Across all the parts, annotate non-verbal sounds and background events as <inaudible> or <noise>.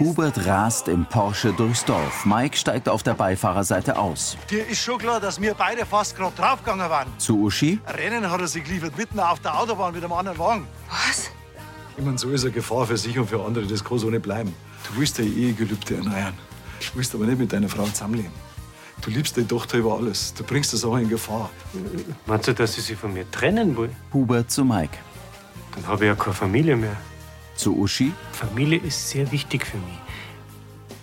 Hubert rast im Porsche durchs Dorf. Mike steigt auf der Beifahrerseite aus. Dir ist schon klar, dass wir beide fast gerade draufgegangen waren. Zu Uschi. Rennen hat er sich geliefert, mitten auf der Autobahn mit einem anderen Wagen. Was? Ich meine, so ist eine Gefahr für sich und für andere, das kann so nicht bleiben. Du willst dein Ehegelübde erneuern. Du willst aber nicht mit deiner Frau zusammenleben. Du liebst deine Tochter über alles. Du bringst das auch in Gefahr. Meinst du, dass ich sie von mir trennen will? Hubert zu Mike. Dann habe ich ja keine Familie mehr. Zu Uschi. Familie ist sehr wichtig für mich.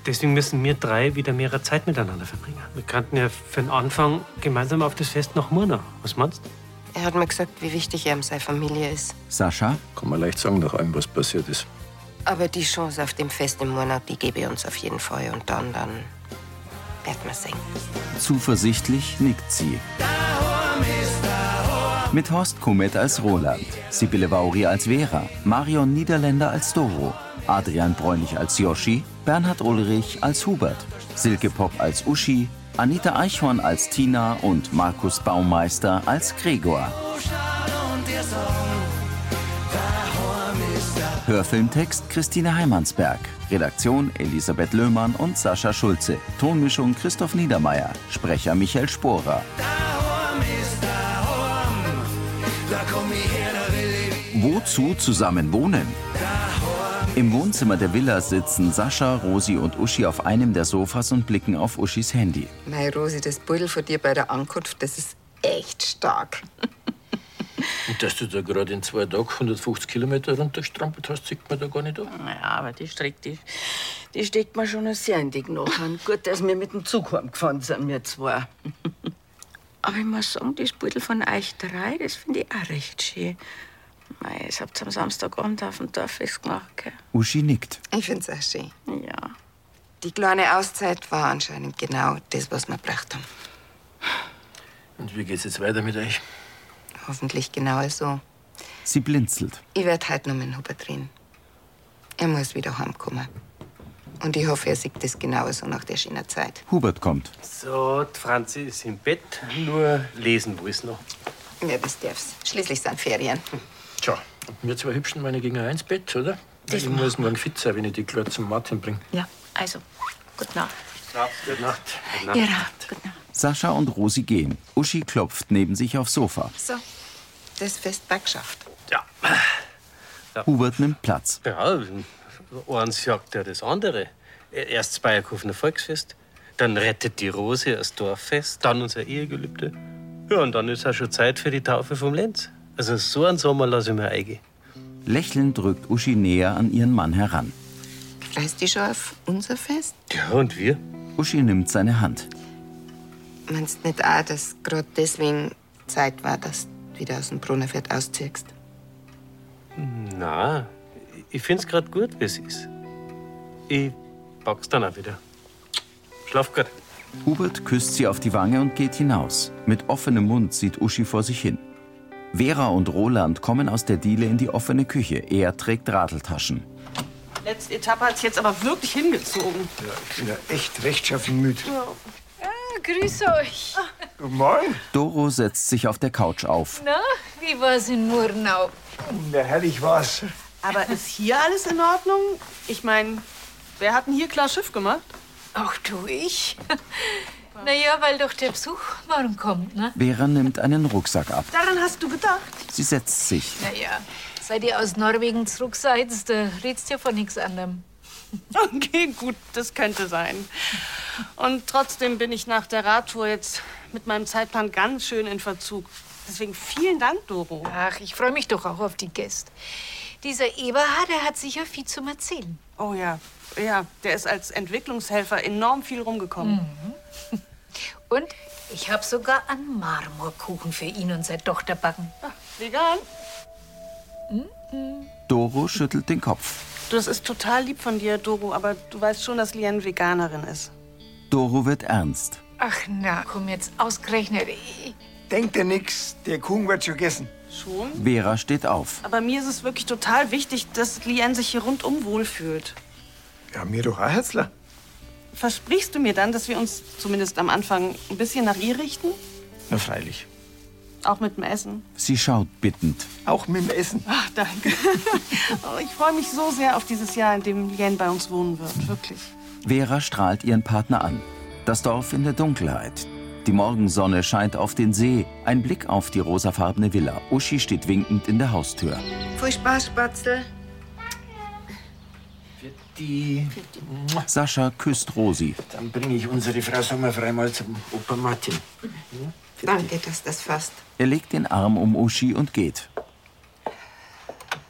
Deswegen müssen wir drei wieder mehrere Zeit miteinander verbringen. Wir könnten ja für den Anfang gemeinsam auf das Fest nach Murnau. Was meinst du? Er hat mir gesagt, wie wichtig ihm seine Familie ist. Sascha. Kann man leicht sagen, nach allem, was passiert ist. Aber die Chance auf dem Fest im Monat, die gebe ich uns auf jeden Fall. Und dann, dann werden wir sehen. Zuversichtlich nickt sie. Mit Horst Kummet als Roland, Sibylle Vauri als Vera, Marion Niederländer als Doro, Adrian Bräunig als Yoshi, Bernhard Ulrich als Hubert, Silke Pop als Uschi, Anita Eichhorn als Tina und Markus Baumeister als Gregor. Hörfilmtext Christine Heimansberg. Redaktion Elisabeth Löhmann und Sascha Schulze. Tonmischung Christoph Niedermeyer. Sprecher Michael Sporer. Wozu zusammen wohnen? Im Wohnzimmer der Villa sitzen Sascha, Rosi und Uschi auf einem der Sofas und blicken auf Uschis Handy. Mei Rosi, das Beutel von dir bei der Ankunft, das ist echt stark. Und dass du da gerade in zwei Tagen 150 Kilometer runterstrampelt hast, sieht man da gar nicht an. Ja, aber die Strecke, die, die steckt mir schon sehr in <laughs> die Knochen. Gut, dass wir mit dem Zug heimgefahren sind, wir zwei. Aber ich muss sagen, das Beutel von euch drei, das finde ich auch recht schön. Mei, das habt ihr am Samstagabend auf dem Dorffest gemacht, gell? Uschi nickt. Ich find's auch schön. Ja. Die kleine Auszeit war anscheinend genau das, was wir braucht haben. Und wie geht's jetzt weiter mit euch? Hoffentlich genau so. Sie blinzelt. Ich werd heute noch mit dem Hubert reden. Er muss wieder heimkommen. Und ich hoffe, er sieht das genauso nach der schönen Zeit. Hubert kommt. So, die Franzi ist im Bett. Nur lesen will es noch. Ja, das darf's. Schließlich sind Ferien. Tja, und wir zwei Hübschen meine gegen eins Bett, oder? Das ich machen muss morgen fit sein, wenn ich die Klötze zum Martin bringe. Ja, also, gute Nacht. Gute Nacht. Gute Nacht. Ihr habt gute Nacht. Sascha und Rosi gehen. Uschi klopft neben sich aufs Sofa. So, das Fest war geschafft. Ja. Hubert nimmt Platz. Ja, eins jagt ja das andere. E-, Erst das Bayerkofener Volksfest, dann rettet die Rose das Dorffest, dann unser Ehegelübde. Ja, und dann ist auch schon Zeit für die Taufe vom Lenz. Also so einen Sommer lasse ich mir eingehen. Lächelnd drückt Uschi näher an ihren Mann heran. Freust dich schon auf unser Fest? Ja, und wir? Uschi nimmt seine Hand. Meinst nicht auch, dass gerade deswegen Zeit war, dass du wieder aus dem Brunnerfeld ausziehst? Na, ich find's grad gut, wie es ist. Ich pack's dann auch wieder. Schlaf gut. Hubert küsst sie auf die Wange und geht hinaus. Mit offenem Mund sieht Uschi vor sich hin. Vera und Roland kommen aus der Diele in die offene Küche. Er trägt Radeltaschen. Letzte Etappe hat's jetzt aber wirklich hingezogen. Ich bin ja echt rechtschaffen müde. Grüß euch. Guten Morgen. Doro setzt sich auf der Couch auf. Na, wie war's in Murnau? Na, herrlich war's. Aber ist hier alles in Ordnung? Ich meine, wer hat denn hier klar Schiff gemacht? Auch du, ich? <laughs> Naja, weil doch der Besuch morgen kommt, ne? Vera nimmt einen Rucksack ab. Daran hast du gedacht. Sie setzt sich. Naja, seit ihr aus Norwegen zurück seid, da redst ihr von nichts anderem. <laughs> Okay, gut, das könnte sein. Und trotzdem bin ich nach der Radtour jetzt mit meinem Zeitplan ganz schön in Verzug. Deswegen vielen Dank, Doro. Ach, ich freue mich doch auch auf die Gäste. Dieser Eberhard, der hat sicher viel zum Erzählen. Oh ja, ja, der ist als Entwicklungshelfer enorm viel rumgekommen. Hm. Und ich habe sogar einen Marmorkuchen für ihn und seine Tochter backen. Vegan? Mhm. Doro schüttelt den Kopf. Du, Das ist total lieb von dir, Doro, aber du weißt schon, dass Liane Veganerin ist. Doro wird ernst. Ach na, komm jetzt ausgerechnet. Ich- Denkt dir nix, der Kuchen wird schon gegessen. Schon? Vera steht auf. Aber mir ist es wirklich total wichtig, dass Liane sich hier rundum wohlfühlt. Ja, mir doch auch, Herzler. Versprichst du mir dann, dass wir uns zumindest am Anfang ein bisschen nach ihr richten? Na, freilich. Auch mit dem Essen. Sie schaut bittend. Auch mit dem Essen. Ach, danke. <laughs> oh, ich freue mich so sehr auf dieses Jahr, in dem Jen bei uns wohnen wird. Wirklich. Vera strahlt ihren Partner an. Das Dorf in der Dunkelheit. Die Morgensonne scheint auf den See. Ein Blick auf die rosafarbene Villa. Uschi steht winkend in der Haustür. Viel Spaß, Spatzel. Die, Sascha küsst Rosi. dann bringe ich unsere Frau Sommerfrei mal zum Opa Martin. Danke, dass das fasst. Er legt den Arm um Uschi und geht.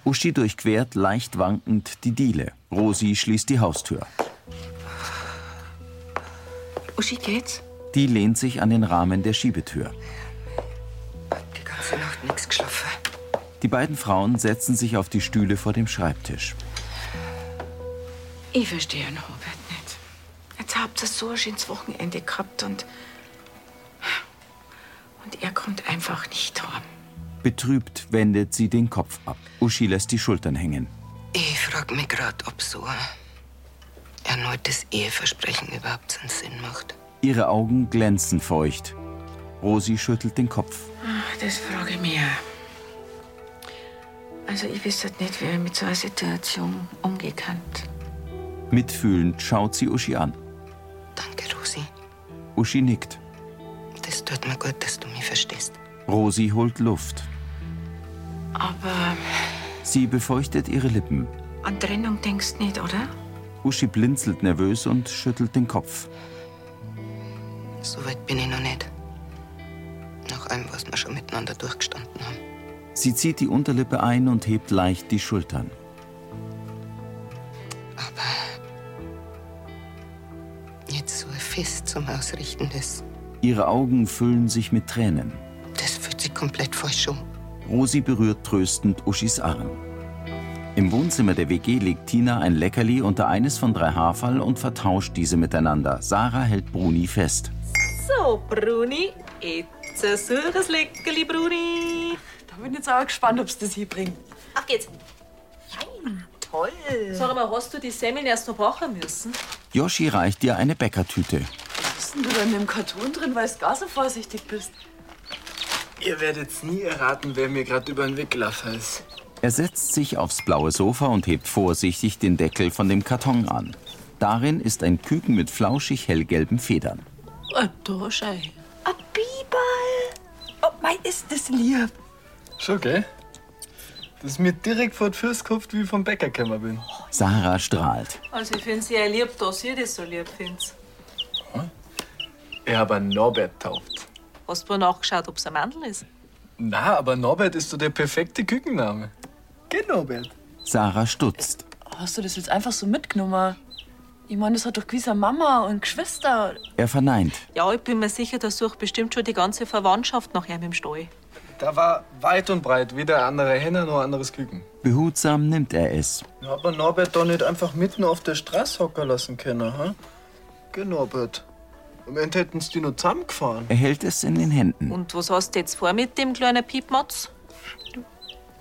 Uschi durchquert leicht wankend die Diele. Rosi schließt die Haustür. Uschi, geht's? Die lehnt sich an den Rahmen der Schiebetür. Die ganze Nacht nichts geschlafen. Die beiden Frauen setzen sich auf die Stühle vor dem Schreibtisch. Ich verstehe den Robert nicht. Jetzt habt ihr so ein schönes Wochenende gehabt und. Und er kommt einfach nicht heim. Betrübt wendet sie den Kopf ab. Uschi lässt die Schultern hängen. Ich frage mich gerade, ob so ein erneutes Eheversprechen überhaupt einen Sinn macht. Ihre Augen glänzen feucht. Rosi schüttelt den Kopf. Ach, Ah, Das frage ich mich auch. Also, ich wüsste halt nicht, wie ich mit so einer Situation umgehen kann. Mitfühlend schaut sie Uschi an. Danke, Rosi. Uschi nickt. Das tut mir gut, dass du mich verstehst. Rosi holt Luft. Aber Sie befeuchtet ihre Lippen. an Trennung denkst du nicht, oder? Uschi blinzelt nervös und schüttelt den Kopf. So weit bin ich noch nicht. Nach allem, was wir schon miteinander durchgestanden haben. Sie zieht die Unterlippe ein und hebt leicht die Schultern. Jetzt so ein Fest zum Ausrichten ist. Ihre Augen füllen sich mit Tränen. Das fühlt sich komplett falsch um. Rosi berührt tröstend Uschis Arm. Im Wohnzimmer der WG legt Tina ein Leckerli unter eines von drei Haferl und vertauscht diese miteinander. Sarah hält Bruni fest. So, Bruni, jetzt ein süßes Leckerli, Bruni. Da bin ich jetzt auch gespannt, ob es das hier bringt. Auf geht's. Nein, toll. Sag mal, hast du die Semmeln erst noch brauchen müssen? Yoshi reicht ihr eine Bäckertüte. Was ist denn da in dem Karton drin, weil du gar so vorsichtig bist? Ihr werdet's nie erraten, wer mir gerade über den Weg gelaufen ist. Er setzt sich aufs blaue Sofa und hebt vorsichtig den Deckel von dem Karton an. Darin ist ein Küken mit flauschig hellgelben Federn. Ah, da schau Ein Biberl. Oh, mei, ist das lieb. Schon, gell? Das ist mir direkt vor die Füße gehupft, wie ich vom Bäcker gekommen bin. Sarah strahlt. Also, ich find's ja lieb, dass ihr das so lieb findet. Ich habe einen Norbert tauft. Hast du mal nachgeschaut, ob's ein Mandel ist? Na, aber Norbert ist so der perfekte Kükenname. Gell, Norbert? Sarah stutzt. Hast du das jetzt einfach so mitgenommen? Ich meine, das hat doch gewisser Mama und Geschwister. Er verneint. Ja, ich bin mir sicher, da sucht bestimmt schon die ganze Verwandtschaft nach ihm im Stall. Da war weit und breit weder ein anderer Henner noch ein anderes Küken. Behutsam nimmt er es. Dann hat man Norbert doch nicht einfach mitten auf der Straße hocken lassen können, hä? Gell, Norbert? Am Ende hätten's die nur zusammengefahren. Er hält es in den Händen. Und was hast du jetzt vor mit dem kleinen Piepmatz?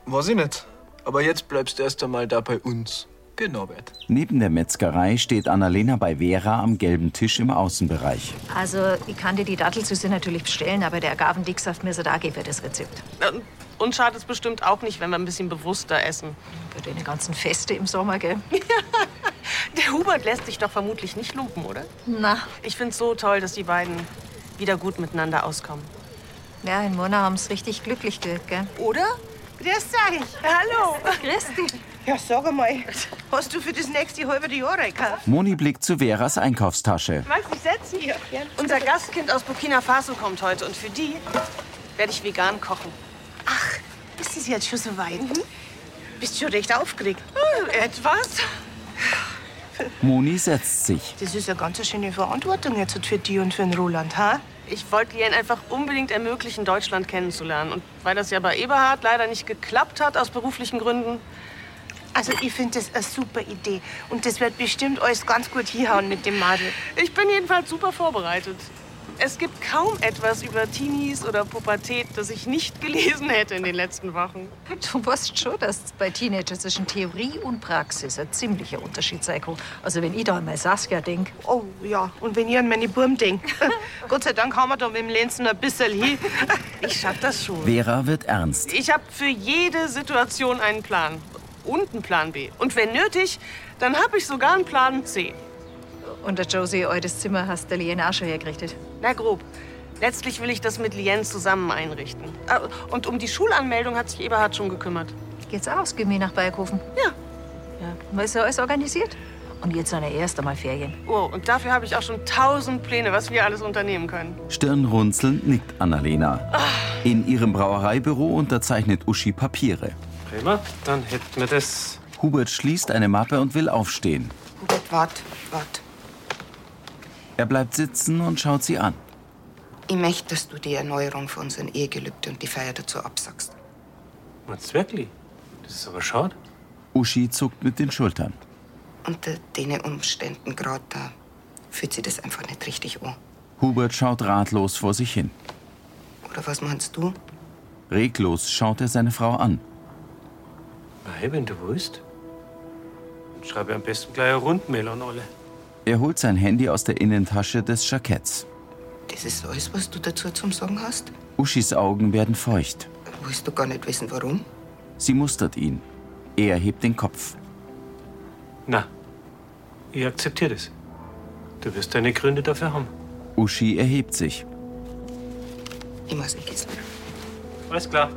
Weiß ich nicht. Aber jetzt bleibst du erst einmal da bei uns. Gell, Norbert? Neben der Metzgerei steht Annalena bei Vera am gelben Tisch im Außenbereich. Also, ich kann dir die Dattelsüße natürlich bestellen, aber der Agavendicksaft mir so da gebe das Rezept. Ähm, Und schadet es bestimmt auch nicht, wenn wir ein bisschen bewusster essen. Bei den ganzen Feste im Sommer, gell? <laughs> Der Hubert lässt sich doch vermutlich nicht lumpen, oder? Na. Ich find's so toll, dass die beiden wieder gut miteinander auskommen. Ja, in Mona haben's richtig glücklich gekriegt, gell? Oder? Grüß euch. Hallo. Grüß dich. <laughs> Ja, sag mal, hast du für das nächste halbe Jahr gekauft? Moni blickt zu Veras Einkaufstasche. Magst dich setzen hier? Unser Gastkind aus Burkina Faso kommt heute und für die werde ich vegan kochen. Mhm. Ist es jetzt schon so weit? Bist schon recht aufgeregt? Äh, etwas. Moni setzt sich. Das ist eine ganz schöne Verantwortung jetzt für die und für den Roland, ha? Ich wollte Jen einfach unbedingt ermöglichen, Deutschland kennenzulernen. Und weil das ja bei Eberhard leider nicht geklappt hat, aus beruflichen Gründen, Also ich finde das eine super Idee. Und das wird bestimmt alles ganz gut hinhauen mit dem Madel. ich bin jedenfalls super vorbereitet. Es gibt kaum etwas über Teenies oder Pubertät, das ich nicht gelesen hätte in den letzten Wochen. Du weißt schon, dass bei Teenagern zwischen Theorie und Praxis ein ziemlicher Unterschied sein kann. Also wenn ich da an meine Saskia denke, Oh ja, und wenn ihr an meine <laughs> Burm denkt. Gott sei Dank haben wir da mit dem Lenzen ein bisschen hin. Ich schaff das schon. Vera wird ernst. Ich habe für jede Situation einen Plan. Und einen Plan B. Und wenn nötig, dann habe ich sogar einen Plan C. und der Josie, eures Zimmer hast du Lien auch schon hergerichtet. Na grob. Letztlich will ich das mit Lien zusammen einrichten. Ah, Und um die Schulanmeldung hat sich Eberhard schon gekümmert. Geht's aus, gehen wir nach Bayerkofen? Ja. Ja, weil ist ja alles organisiert. Und jetzt sind ja erst einmal Ferien. Oh, und dafür habe ich auch schon tausend Pläne, was wir alles unternehmen können. Stirnrunzelnd nickt Annalena. In ihrem Brauereibüro unterzeichnet Uschi Papiere. Prima, dann hätten wir das. Hubert schließt eine Mappe und will aufstehen. Hubert, wart, wart. Er bleibt sitzen und schaut sie an. Ich möchte, dass du die Erneuerung von unseren Ehegelübde und die Feier dazu absagst. Meinst du wirklich? Das ist aber schade. Uschi zuckt mit den Schultern. Unter den Umständen gerade da fühlt sie das einfach nicht richtig an. Hubert schaut ratlos vor sich hin. Oder was meinst du? Reglos schaut er seine Frau an. Mei, wenn du willst. Dann schreibe ich am besten gleich eine Rundmail an alle. Er holt sein Handy aus der Innentasche des Jacketts. Das ist alles, was du dazu zum Sagen hast? Uschis Augen werden feucht. Willst du gar nicht wissen, warum? Sie mustert ihn. Er hebt den Kopf. Na, ich akzeptiere das. Du wirst deine Gründe dafür haben. Uschi erhebt sich. Ich muss in Gießen. Alles klar.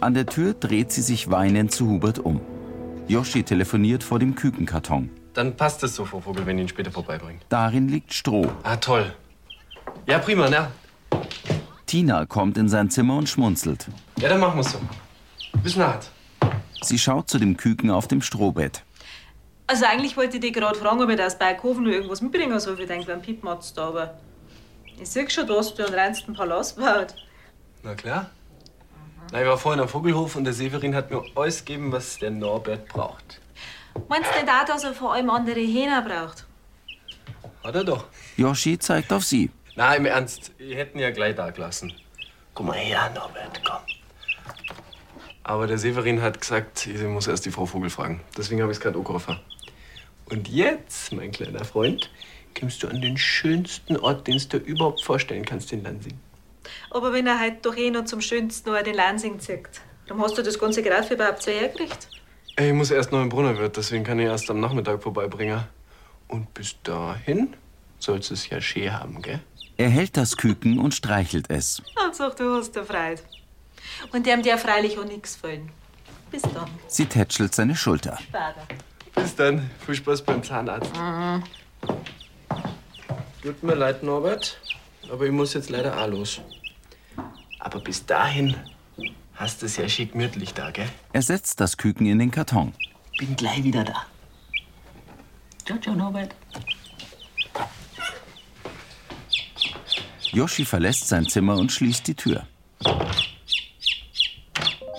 An der Tür dreht sie sich weinend zu Hubert um. Yoshi telefoniert vor dem Kükenkarton. Dann passt das so, Frau Vogel, wenn ich ihn später vorbeibringe. Darin liegt Stroh. Ah, toll. Ja, prima, ne? Tina kommt in sein Zimmer und schmunzelt. Ja, dann machen wir so. Bis nachher. Sie schaut zu dem Küken auf dem Strohbett. Also eigentlich wollte ich dich gerade fragen, ob ich da aus Berghofen noch irgendwas also mitbringen soll für deinen kleinen Piepmatz da, aber ich sehe schon, du hast dir einen reinsten Palast gebaut. Na klar. Na, ich war vorhin am Vogelhof und der Severin hat mir alles gegeben, was der Norbert braucht. Meinst du nicht auch, dass er vor allem andere Hähner braucht? Hat er doch. Yoshi zeigt auf sie. Na, im Ernst, ich hätte ihn ja gleich da gelassen. Komm mal her, Norbert, komm. Aber der Severin hat gesagt, ich muss erst die Frau Vogel fragen. Deswegen habe ich es gerade angerufen. Und jetzt, mein kleiner Freund, kommst du an den schönsten Ort, den du dir überhaupt vorstellen kannst, den Lansing. Aber wenn er halt doch eh noch zum schönsten Ort in Lansing zieht, dann hast du das ganze Grad für überhaupt zwei hergekriegt. Ich muss erst noch in Brunnerwirt, deswegen kann ich erst am Nachmittag vorbeibringen. Und bis dahin sollst du es ja schön haben, gell? Er hält das Küken und streichelt es. Hauptsache, Also, du hast dir Freude. Und die haben dir freilich auch nichts gefallen. Bis dann. Sie tätschelt seine Schulter. Bader. Bis dann. Viel Spaß beim Zahnarzt. Tut mir leid, Norbert, aber ich muss jetzt leider auch los. Aber bis dahin hast du es ja schick gemütlich da, gell? Er setzt das Küken in den Karton. Bin gleich wieder da. Ciao, ciao, Norbert. Yoshi verlässt sein Zimmer und schließt die Tür.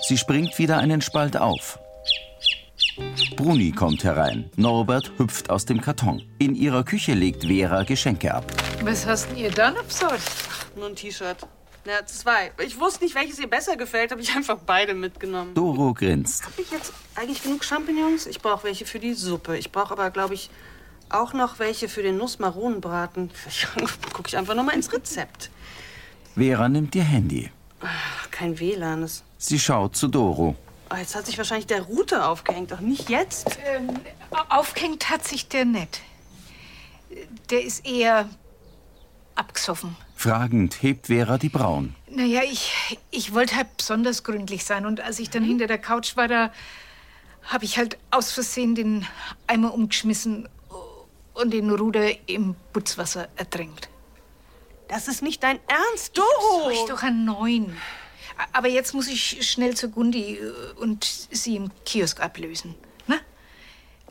Sie springt wieder einen Spalt auf. Bruni kommt herein. Norbert hüpft aus dem Karton. In ihrer Küche legt Vera Geschenke ab. Was hast denn ihr dann absorgt? Nur ein T-Shirt. Na, zwei. Ich wusste nicht, welches ihr besser gefällt, habe ich einfach beide mitgenommen. Doro grinst. Habe ich jetzt eigentlich genug Champignons? Ich brauche welche für die Suppe. Ich brauche aber, glaube ich, auch noch welche für den Nussmaronenbraten. <laughs> Gucke ich einfach noch mal ins Rezept. Vera nimmt ihr Handy. Ach, kein WLAN. Das- Sie schaut zu Doro. Ah, jetzt hat sich wahrscheinlich der Router aufgehängt. Doch nicht jetzt. Ähm, Aufgehängt hat sich der nicht. Der ist eher abgesoffen. Fragend hebt Vera die Brauen. Naja, ich, ich wollte halt besonders gründlich sein. Und als ich Mhm. dann hinter der Couch war, da habe ich halt aus Versehen den Eimer umgeschmissen und den Ruder im Putzwasser ertränkt. Das ist nicht dein Ernst, Doro! Ich doch einen neuen. Aber jetzt muss ich schnell zur Gundi äh, und sie im Kiosk ablösen. Ne?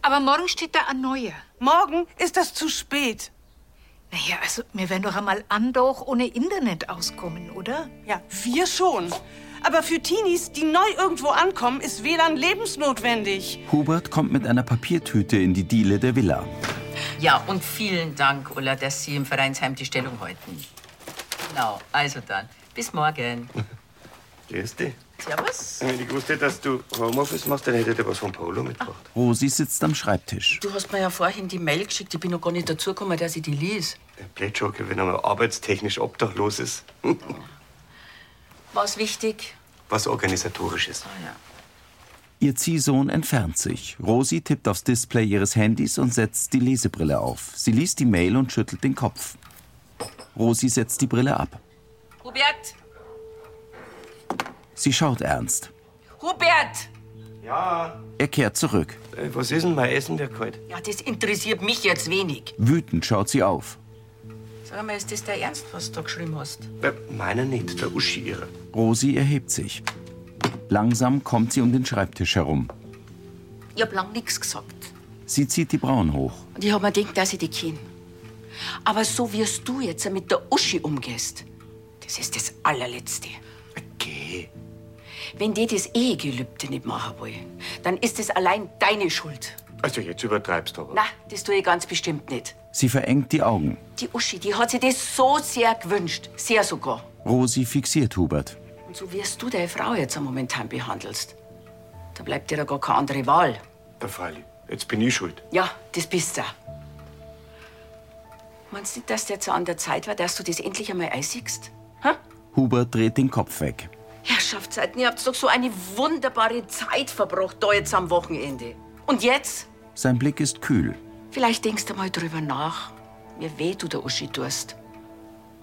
Aber morgen steht da ein neuer. Morgen ist das zu spät. Naja, also wir werden doch einmal andoch ohne Internet auskommen, oder? Ja, wir schon. Aber für Teenies, die neu irgendwo ankommen, ist WLAN lebensnotwendig. Hubert kommt mit einer Papiertüte in die Diele der Villa. Ja, und vielen Dank, Ulla, dass Sie im Vereinsheim die Stellung halten. Genau, also dann. Bis morgen. Grüß dich. Servus. Wenn ich gewusst hätte, dass du Homeoffice machst, dann hätte ich dir was vom Polo mitgebracht. Rosi sitzt am Schreibtisch. Du hast mir ja vorhin die Mail geschickt, ich bin noch gar nicht dazugekommen, dass ich die lese. Blätschocke, wenn einmal arbeitstechnisch obdachlos ist. War wichtig? was Organisatorisches. Ihr Ziehsohn entfernt sich. Rosi tippt aufs Display ihres Handys und setzt die Lesebrille auf. Sie liest die Mail und schüttelt den Kopf. Rosi setzt die Brille ab. Hubert! Sie schaut ernst. Hubert! Ja? Er kehrt zurück. Äh, was ist denn mein Essen, der kalt? Ja, das interessiert mich jetzt wenig. Wütend schaut sie auf. Sag mal, ist das der Ernst, was du da geschrieben hast? Äh, Meiner nicht, der Uschi ihre. Rosi erhebt sich. Langsam kommt sie um den Schreibtisch herum. Ich hab lang nichts gesagt. Sie zieht die Brauen hoch. Und ich hab mir gedacht, dass ich dich kenne. Aber so wirst du jetzt mit der Uschi umgehst, das ist das Allerletzte. Okay. Wenn die das Ehegelübde nicht machen wollen, dann ist es allein deine Schuld. Also jetzt übertreibst du aber. Na, das tue ich ganz bestimmt nicht. Sie verengt die Augen. Die Uschi, die hat sich das so sehr gewünscht. Sehr sogar. Rosi fixiert Hubert. Und so wirst du deine Frau jetzt momentan behandelst. Da bleibt dir ja gar keine andere Wahl. Der Fall. Jetzt bin ich schuld. Ja, das bist du. Meinst du nicht, dass der jetzt an der Zeit war, dass du das endlich einmal einsiegst? Hubert dreht den Kopf weg. Herrschaftszeiten, ihr habt doch so eine wunderbare Zeit verbracht, da jetzt am Wochenende. Und jetzt? Sein Blick ist kühl. Vielleicht denkst du mal drüber nach, wie weh du der Uschi tust.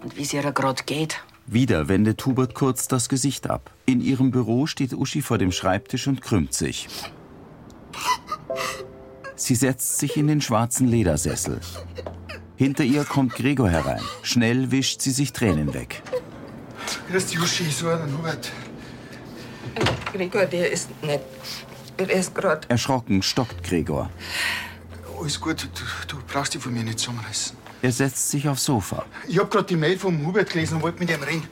Und wie es ihr gerade geht. Wieder wendet Hubert kurz das Gesicht ab. In ihrem Büro steht Uschi vor dem Schreibtisch und krümmt sich. Sie setzt sich in den schwarzen Ledersessel. Hinter ihr kommt Gregor herein. Schnell wischt sie sich Tränen weg. Grüß dich, Uschi, so einen Hubert. Äh, Gregor, der ist nicht. Er ist gerade. Erschrocken stockt Gregor. Alles gut, du, du brauchst dich von mir nicht zusammenreißen. Er setzt sich aufs Sofa. Ich hab grad die Mail vom Hubert gelesen und wollte mit ihm reden.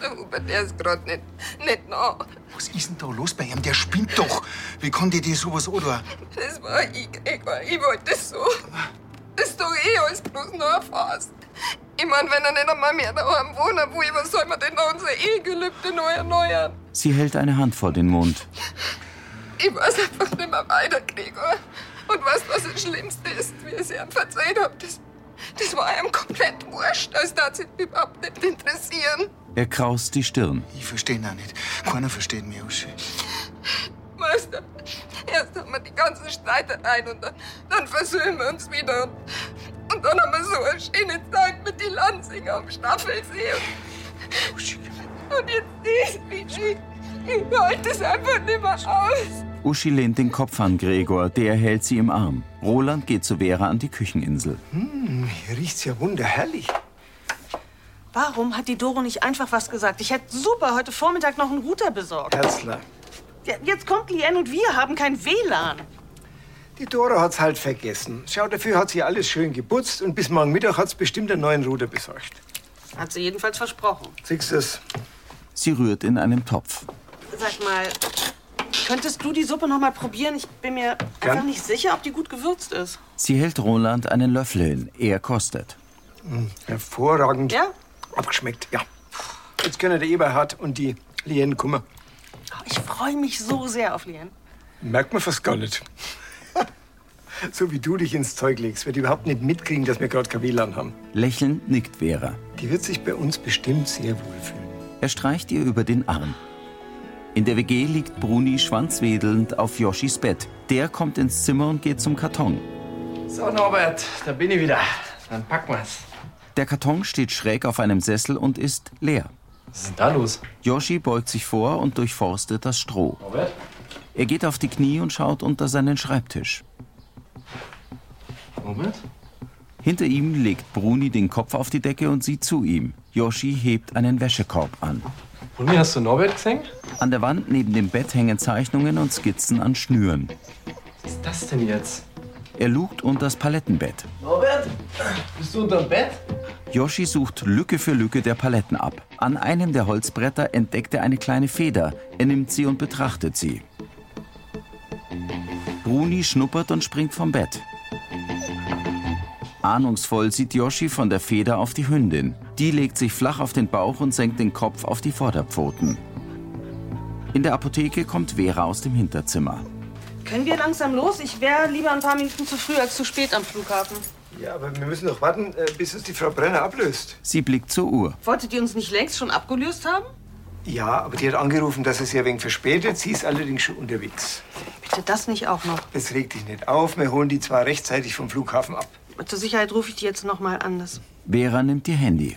Der Hubert, der ist gerade nicht. Nicht nah. Was ist denn da los bei ihm? Der spinnt doch. Wie kann dir dir sowas oder? Das war ich, Gregor. Ich wollte das so. Das ist doch eh alles bloß nur eine Phase. Ich mein, wenn er nicht einmal mehr daheim wohnt, wo, was soll man denn da unsere Ehegelübde neu erneuern? Sie hält eine Hand vor den Mund. Ich weiß einfach nicht mehr weiter, Gregor. Und weißt, was das Schlimmste ist, wie ich es ihm verzeiht habe? Das, das war ihm komplett wurscht. Also, Das tat sich überhaupt nicht interessieren. Er kraust die Stirn. Ich verstehe ihn auch nicht. Keiner versteht mich, Uschi. Weißt du, erst haben wir die ganzen Streitereien und dann, dann versöhnen wir uns wieder. Und, und dann haben wir so eine schöne Zeit mit den Lanzinger am Staffelsee. Und, und jetzt siehst du, wie ich, ich halte es einfach nicht mehr aus. Uschi lehnt den Kopf an Gregor, der hält sie im Arm. Roland geht zu Vera an die Kücheninsel. Hm, hier riecht's ja wunderherrlich. Warum hat die Doro nicht einfach was gesagt? Ich hätte super heute Vormittag noch einen Router besorgt. Herzler. Ja, Jetzt kommt Lien und wir haben kein WLAN. Die Dora hat's halt vergessen. Schau, dafür hat sie alles schön geputzt und bis morgen Mittag hat's bestimmt einen neuen Ruder besorgt. Hat sie jedenfalls versprochen. Siehst du's? Sie rührt in einem Topf. Sag mal, könntest du die Suppe noch mal probieren? Ich bin mir Gern. einfach nicht sicher, ob die gut gewürzt ist. Sie hält Roland einen Löffel hin. Er kostet. Hm, hervorragend. Ja? Abgeschmeckt, ja. Jetzt können der Eberhard und die Lien kommen. Oh, Ich freue mich so sehr auf Lien. Merkt man fast gar nicht. <laughs> so wie du dich ins Zeug legst, wird die überhaupt nicht mitkriegen, dass wir gerade kein WLAN haben. Lächelnd nickt Vera. Die wird sich bei uns bestimmt sehr wohlfühlen. Er streicht ihr über den Arm. In der WG liegt Bruni schwanzwedelnd auf Yoshis Bett. Der kommt ins Zimmer und geht zum Karton. So, Norbert, da bin ich wieder. Dann packen wir's. Der Karton steht schräg auf einem Sessel und ist leer. Was ist denn da los? Yoshi beugt sich vor und durchforstet das Stroh. Norbert? Er geht auf die Knie und schaut unter seinen Schreibtisch. Norbert? Hinter ihm legt Bruni den Kopf auf die Decke und sieht zu ihm. Yoshi hebt einen Wäschekorb an. Bruni, hast du Norbert gesehen? An der Wand neben dem Bett hängen Zeichnungen und Skizzen an Schnüren. Was ist das denn jetzt? Er lugt unter das Palettenbett. Norbert? Bist du unterm Bett? Yoshi sucht Lücke für Lücke der Paletten ab. An einem der Holzbretter entdeckt er eine kleine Feder. Er nimmt sie und betrachtet sie. Bruni schnuppert und springt vom Bett. Ahnungsvoll sieht Yoshi von der Feder auf die Hündin. Die legt sich flach auf den Bauch und senkt den Kopf auf die Vorderpfoten. In der Apotheke kommt Vera aus dem Hinterzimmer. Können wir langsam los? Ich wäre lieber ein paar Minuten zu früh als zu spät am Flughafen. Ja, aber wir müssen doch warten, äh, bis uns die Frau Brenner ablöst. Sie blickt zur Uhr. Wolltet ihr uns nicht längst schon abgelöst haben? Ja, aber die hat angerufen, dass es ja wegen verspätet. Sie ist allerdings schon unterwegs. Bitte das nicht auch noch. Das regt dich nicht auf. Wir holen die zwar rechtzeitig vom Flughafen ab. Zur Sicherheit rufe ich die jetzt noch mal an. Das, Vera nimmt ihr Handy.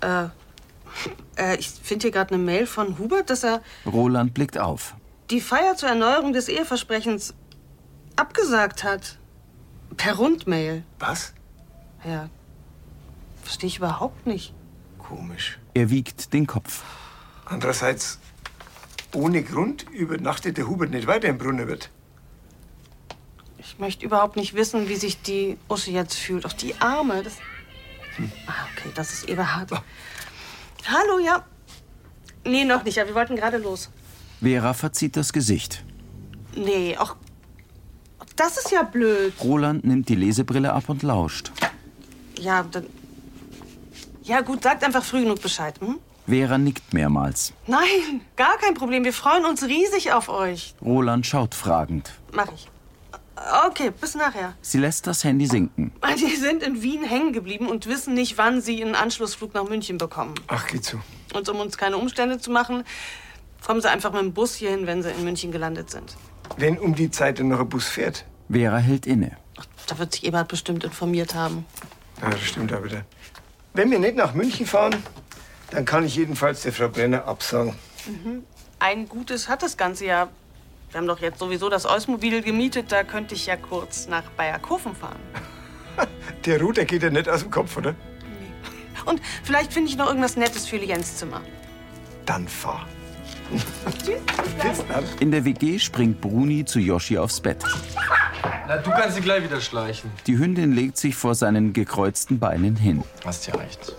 äh, <laughs> äh, ich finde hier gerade eine Mail von Hubert, dass er Roland blickt auf. die Feier zur Erneuerung des Eheversprechens abgesagt hat. Per Rundmail. Was? Ja. Verstehe ich überhaupt nicht. Komisch. Er wiegt den Kopf. Andererseits, ohne Grund übernachtet der Hubert nicht weiter im Brunnenwirt. Ich möchte überhaupt nicht wissen, wie sich die Usche jetzt fühlt. Auch die Arme. Das... Hm. Ah, okay, das ist Eberhard. Hallo, ja. Nee, noch nicht. Ja, wir wollten gerade los. Vera verzieht das Gesicht. Nee, auch. Das ist ja blöd. Roland nimmt die Lesebrille ab und lauscht. Ja, dann. Ja, gut, sagt einfach früh genug Bescheid. Hm? Vera nickt mehrmals. Nein, gar kein Problem. Wir freuen uns riesig auf euch. Roland schaut fragend. Mach ich. Okay, bis <laughs> nachher. Sie lässt das Handy sinken. Die sind in Wien hängen geblieben und wissen nicht, wann sie einen Anschlussflug nach München bekommen. Ach, geh zu. Und um uns keine Umstände zu machen, kommen sie einfach mit dem Bus hierhin, wenn sie in München gelandet sind. Wenn um die Zeit dann noch ein Bus fährt. Vera hält inne. Da wird sich Eberhard bestimmt informiert haben. Ja, das stimmt aber dann. Wenn wir nicht nach München fahren, dann kann ich jedenfalls der Frau Brenner absagen. Mhm. Ein gutes hat das Ganze ja. Wir haben doch jetzt sowieso das Ausmobil gemietet, da könnte ich ja kurz nach Bayerkofen fahren. Der Ruder geht ja nicht aus dem Kopf, oder? Und vielleicht finde ich noch irgendwas Nettes für Jens Zimmer. Dann fahr. Tschüss. In der WG springt Bruni zu Yoshi aufs Bett. Na, du kannst sie gleich wieder schleichen. Die Hündin legt sich vor seinen gekreuzten Beinen hin. Hast ja recht.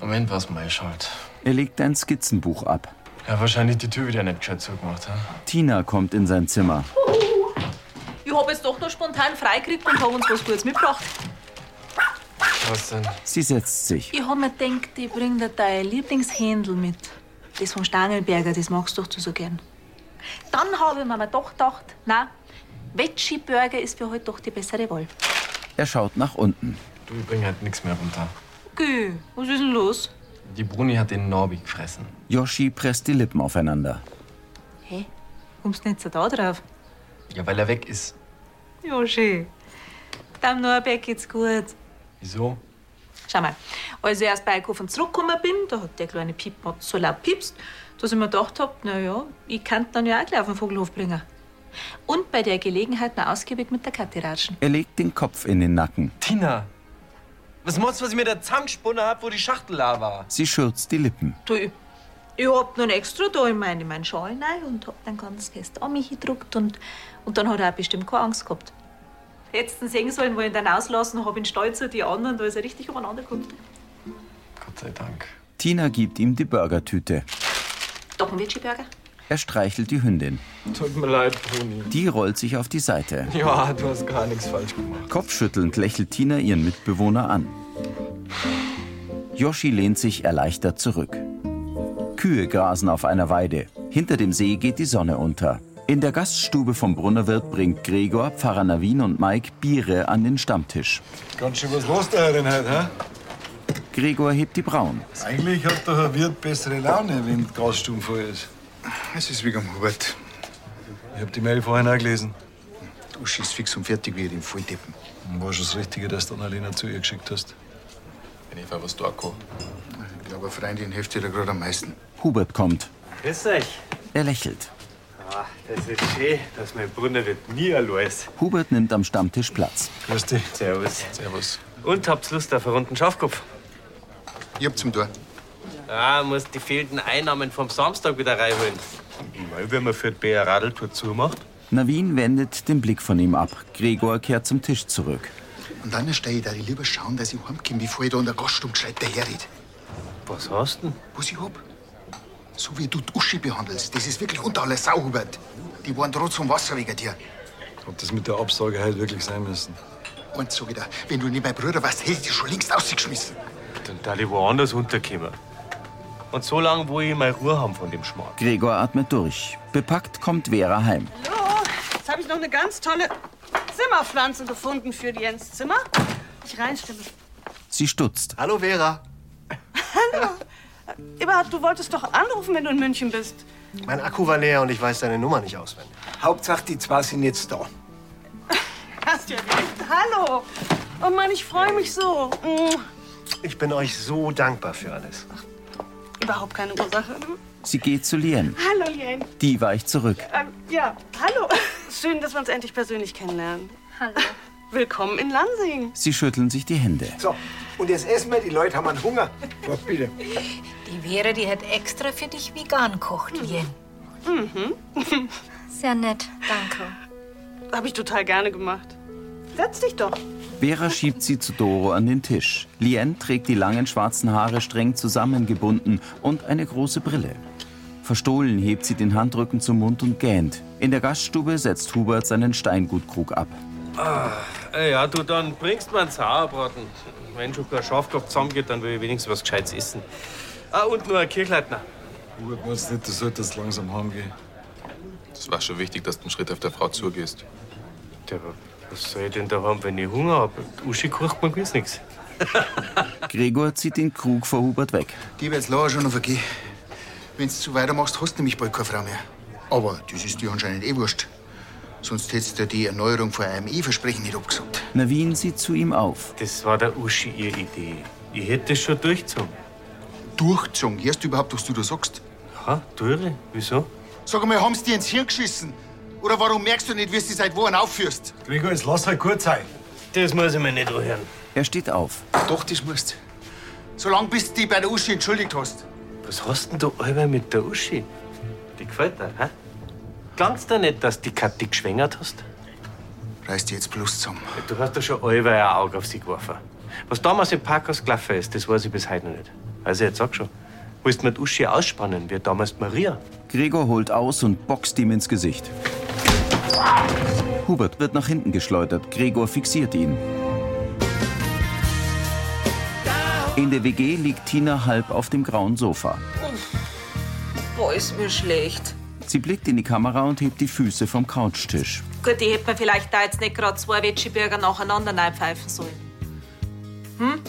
Am Ende war es meine Schuld. Er legt ein Skizzenbuch ab. Ja, wahrscheinlich die Tür wieder nicht gescheit zugemacht, ha? Tina kommt in sein Zimmer. Ich hab jetzt doch noch spontan freigekriegt und hab uns was Gutes mitgebracht. Was denn? Sie setzt sich. Ich hab mir gedacht, ich bring dir dein Lieblingshändel mit. Das von Stangelberger, das magst du doch so gern. Dann habe ich mir doch gedacht, na, Veggie Burger ist für heute doch die bessere Wahl. Er schaut nach unten. Du, ich bring halt nichts mehr runter. Geh, was ist denn los? Die Bruni hat den Norbi gefressen. Yoshi presst die Lippen aufeinander. Hä? Kommst nicht so da drauf? Ja, weil er weg ist. Joshi, dem Norberg geht's gut. Wieso? Schau mal, als ich aus Beikofen zurückgekommen bin, da hat der kleine Piepmann so laut piepst, dass ich mir gedacht hab, na ja, ich kann dann ja auch gleich auf den Vogelhof bringen. Und bei der Gelegenheit noch ausgiebig mit der Kathi ratschen. Er legt den Kopf in den Nacken. Tina! Was meinst du, was ich mir da zusammengesponnen hab, wo die Schachtel da war? Sie schürzt die Lippen. Du, ich, ich hab dann extra da in meine, meinen Schal rein und hab dann ganz fest an mich gedruckt und, und dann hat er auch bestimmt keine Angst gehabt. Hättest du ihn sehen sollen, wo ich ihn dann auslassen hab, ihn stolz auf die anderen, da ist er richtig umeinander gekommen. Gott sei Dank. Tina gibt ihm die Burgertüte. Doch ein Veggie Burger? Er streichelt die Hündin. Tut mir leid, Bruni. Die rollt sich auf die Seite. Ja, du hast gar nichts falsch gemacht. Kopfschüttelnd lächelt Tina ihren Mitbewohner an. Yoshi lehnt sich erleichtert zurück. Kühe grasen auf einer Weide. Hinter dem See geht die Sonne unter. In der Gaststube vom Brunnerwirt bringt Gregor, Pfarrer Navin und Mike Biere an den Stammtisch. Ganz schön was los da drin heute, hä? Gregor hebt die Brauen. Eigentlich hat doch ein Wirt bessere Laune, wenn die Gasstuben voll ist. Es ist wegen Hubert. Ich hab die Mail vorhin auch gelesen. Du schießt fix und fertig wie den Volldeppen. War schon das Richtige, dass du Annalena zu ihr geschickt hast. Bin ich was da Ich glaube, eine Freundin hilft dir da gerade am meisten. Hubert kommt. Grüß euch. Er lächelt. Ah, das ist schön, dass mein Brunner wird nie allein ist. Hubert nimmt am Stammtisch Platz. Grüß dich. Servus. Servus. Und habt Lust auf einen runden Schafkopf? Ich hab zum Tor. Ah, muss die fehlenden Einnahmen vom Samstag wieder reinholen. Mal, wenn man für die BR Radeltour zumacht. Navin wendet den Blick von ihm ab. Gregor kehrt zum Tisch zurück. Und dann stehe ich da ich lieber schauen, dass ich heimkomme, bevor ich da in der Gaststube gescheit daherred. Was hast denn? Was ich hab? So wie du die Uschi behandelst, das ist wirklich unter aller Sau, Hubert. Die waren rot zum Wasser wegen dir. Ob das mit der Absage halt wirklich sein müssen. eins sag ich dir, wenn du nicht mein Bruder warst, hätte ich dich schon längst rausgeschmissen. Dann darf ich woanders unterkommen. Und so lange, wo ich meine Ruhe haben von dem Schmarrn. Gregor atmet durch. Bepackt kommt Vera heim. Hallo, jetzt habe ich noch eine ganz tolle Zimmerpflanze gefunden für Jens Zimmer. Ich reinstimme. Sie stutzt. Hallo Vera. Hallo. Eberhard, du wolltest doch anrufen, wenn du in München bist. Mein Akku war leer und ich weiß deine Nummer nicht auswendig. Hauptsache, die zwei sind jetzt da. Hast ja recht. Hallo. Oh Mann, ich freue mich so. Mm, Ich bin euch so dankbar für alles. Überhaupt keine Ursache. Sie geht zu Lien. Hallo, Lien. Die weicht zurück. Ähm, ja, hallo. Schön, dass wir uns endlich persönlich kennenlernen. Hallo. Willkommen in Lansing. Sie schütteln sich die Hände. So, und jetzt essen wir, die Leute haben <laughs> einen Hunger. Was bitte? Die Vera, die hat extra für dich vegan gekocht, Lien. Mhm. Sehr nett, danke. Habe ich total gerne gemacht. Setz dich doch. Vera schiebt sie zu Doro an den Tisch. Lien trägt die langen schwarzen Haare streng zusammengebunden und eine große Brille. Verstohlen hebt sie den Handrücken zum Mund und gähnt. In der Gaststube setzt Hubert seinen Steingutkrug ab. Ah, äh, ja, du, dann bringst mir einen Sauerbraten. Wenn schon kein Schafkopf zusammengeht, dann will ich wenigstens was Gescheites essen. Ah, und nur ein Kirchleitner. Hubert, meinst du nicht, du solltest langsam heimgehen? Es war schon wichtig, dass du einen Schritt auf der Frau zugehst. Ja, aber was soll ich denn da haben, wenn ich Hunger habe? Uschi kocht mir gewiss nichts. Gregor zieht den Krug vor Hubert weg. Die wird's leider schon noch vergehen. Wenn's zu weitermachst, hast du nämlich bald keine Frau mehr. Aber das ist dir anscheinend eh wurscht. Sonst hättest du die Erneuerung vor einem E-Versprechen nicht abgesagt. Navin sieht zu ihm auf. Das war der Uschi ihre Idee. Ich hätte das schon durchgezogen. Durchgezogen? Hörst du überhaupt, was du da sagst? Ja, Dürre. Wieso? Sag mal, haben's dir ins Hirn geschissen? Oder warum merkst du nicht, wie du dich seit Wochen aufführst? Gregor, jetzt lass halt gut sein. Das muss ich mir nicht anhören. Er steht auf. Doch, das musst. Solange bis du dich bei der Uschi entschuldigt hast. Was hast denn du allweil mit der Uschi? Die gefällt dir, hä? Glaubst du nicht, dass die Kathi geschwängert hast? Reiß dich jetzt bloß zusammen. Du hast ja schon allweil ein Auge auf sie geworfen. Was damals im Parkhaus gelaufen ist, das weiß ich bis heute noch nicht. Also jetzt sag schon, willst du mit Uschi ausspannen, wie damals die Maria? Gregor holt aus und boxt ihm ins Gesicht. Hubert wird nach hinten geschleudert. Gregor fixiert ihn. In der WG liegt Tina halb auf dem grauen Sofa. Boah, ist mir schlecht. Sie blickt in die Kamera und hebt die Füße vom Couchtisch. Gut, ich hätte mir vielleicht da jetzt nicht gerade zwei Veggie-Burger nacheinander reinpfeifen sollen. Hm?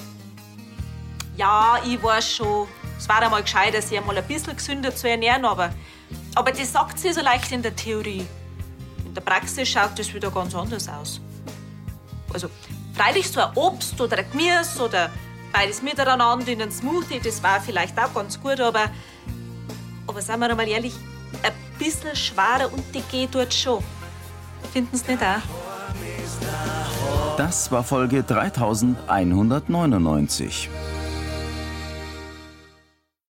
Ja, ich weiß schon. Es war einmal gescheiter, sich einmal ein bisschen gesünder zu ernähren, aber, aber das sagt sie so leicht in der Theorie. In der Praxis schaut das wieder ganz anders aus. Also, freilich so ein Obst oder ein Gemüse oder beides miteinander in einen Smoothie, das war vielleicht auch ganz gut, aber, aber seien wir mal ehrlich, ein bisschen schwerer und die geht dort schon. Finden Sie nicht auch? Das war Folge 3199.